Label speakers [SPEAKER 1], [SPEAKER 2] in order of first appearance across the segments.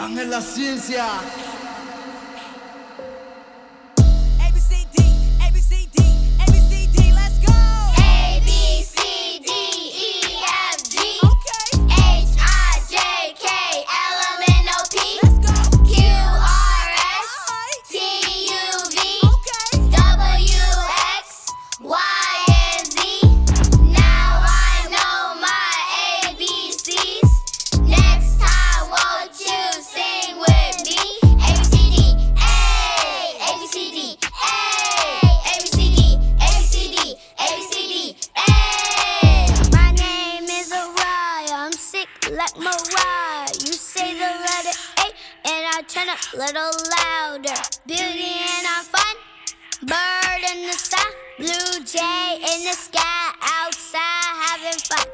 [SPEAKER 1] en la ciencia.
[SPEAKER 2] A B C D A B C D A B C D. Let's go.
[SPEAKER 3] A B C D E F G
[SPEAKER 2] Okay.
[SPEAKER 3] H I J K L M N O P
[SPEAKER 2] Let's go.
[SPEAKER 3] Q R S
[SPEAKER 2] Alright.
[SPEAKER 3] T U V
[SPEAKER 2] Okay.
[SPEAKER 3] W X Y and Z. Now I know my ABCs. Next time, won't you sing with me? ABCD, A, ABCD, A, ABCD, ABCD, ABCD, A. My name is Araya. I'm sick like Mariah. You say the letter A, and I turn a little louder. Beauty and I'm fun. Bird in the sky, blue jay in the sky, outside having fun.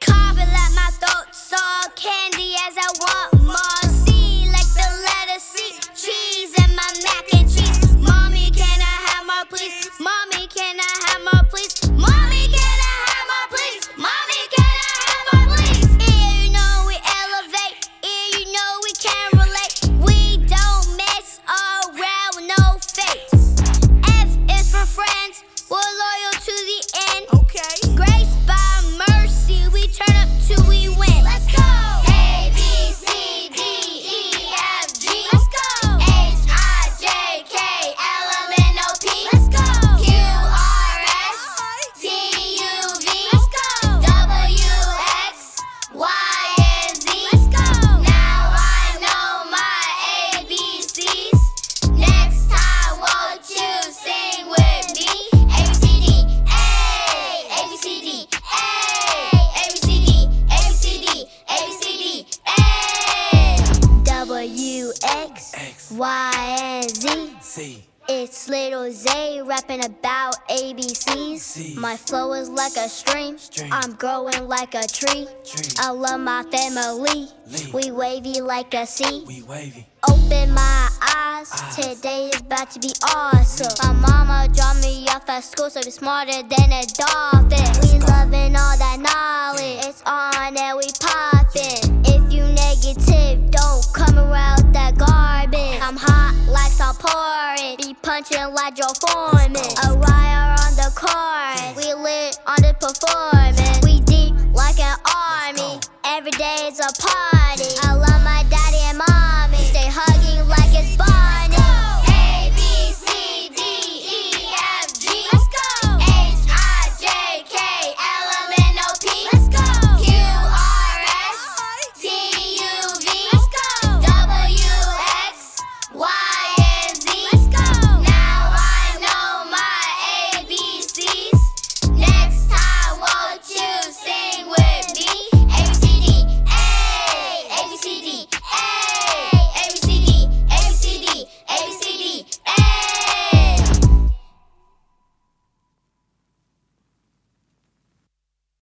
[SPEAKER 3] Coughing like my throat, saw candy as I want more. C like the letter C, cheese in my mac and cheese. Mommy, can I have more, please? Mommy, can I have more, please? Mommy, can I have more, please? Mommy, can I have more, please? Yeah, you know we elevate. Yeah, you know we can relate. We don't mess around, with no fakes. F is for friends. We're loyal to the end.
[SPEAKER 2] Okay.
[SPEAKER 3] Grace by mercy, we turn up till we win. Let's go. A B C D E F G. Let's go. H I J K L M N O P. Let's go. Q R S T U V. Let's go. W X Y and Z. Let's go. Now I know my ABCs. Next time, won't you sing with me? ABCD, A, ABCD, A, ABCD, ABCD, ABCD, A. W, X, Y, and Z.
[SPEAKER 1] Sí.
[SPEAKER 3] It's little Zay rapping about ABCs. My flow is like a stream. I'm growing like a tree. I love my family. We wavy like a sea.
[SPEAKER 1] We wavy.
[SPEAKER 3] Open my eyes. Today is about to be awesome. My mama dropped me off at school, so we smarter than a dolphin. We loving all that knowledge. It's on and we poppin'. If you negative, don't come around that garbage. I'm hot like Sal Be punching like Joe Foreman. Arise E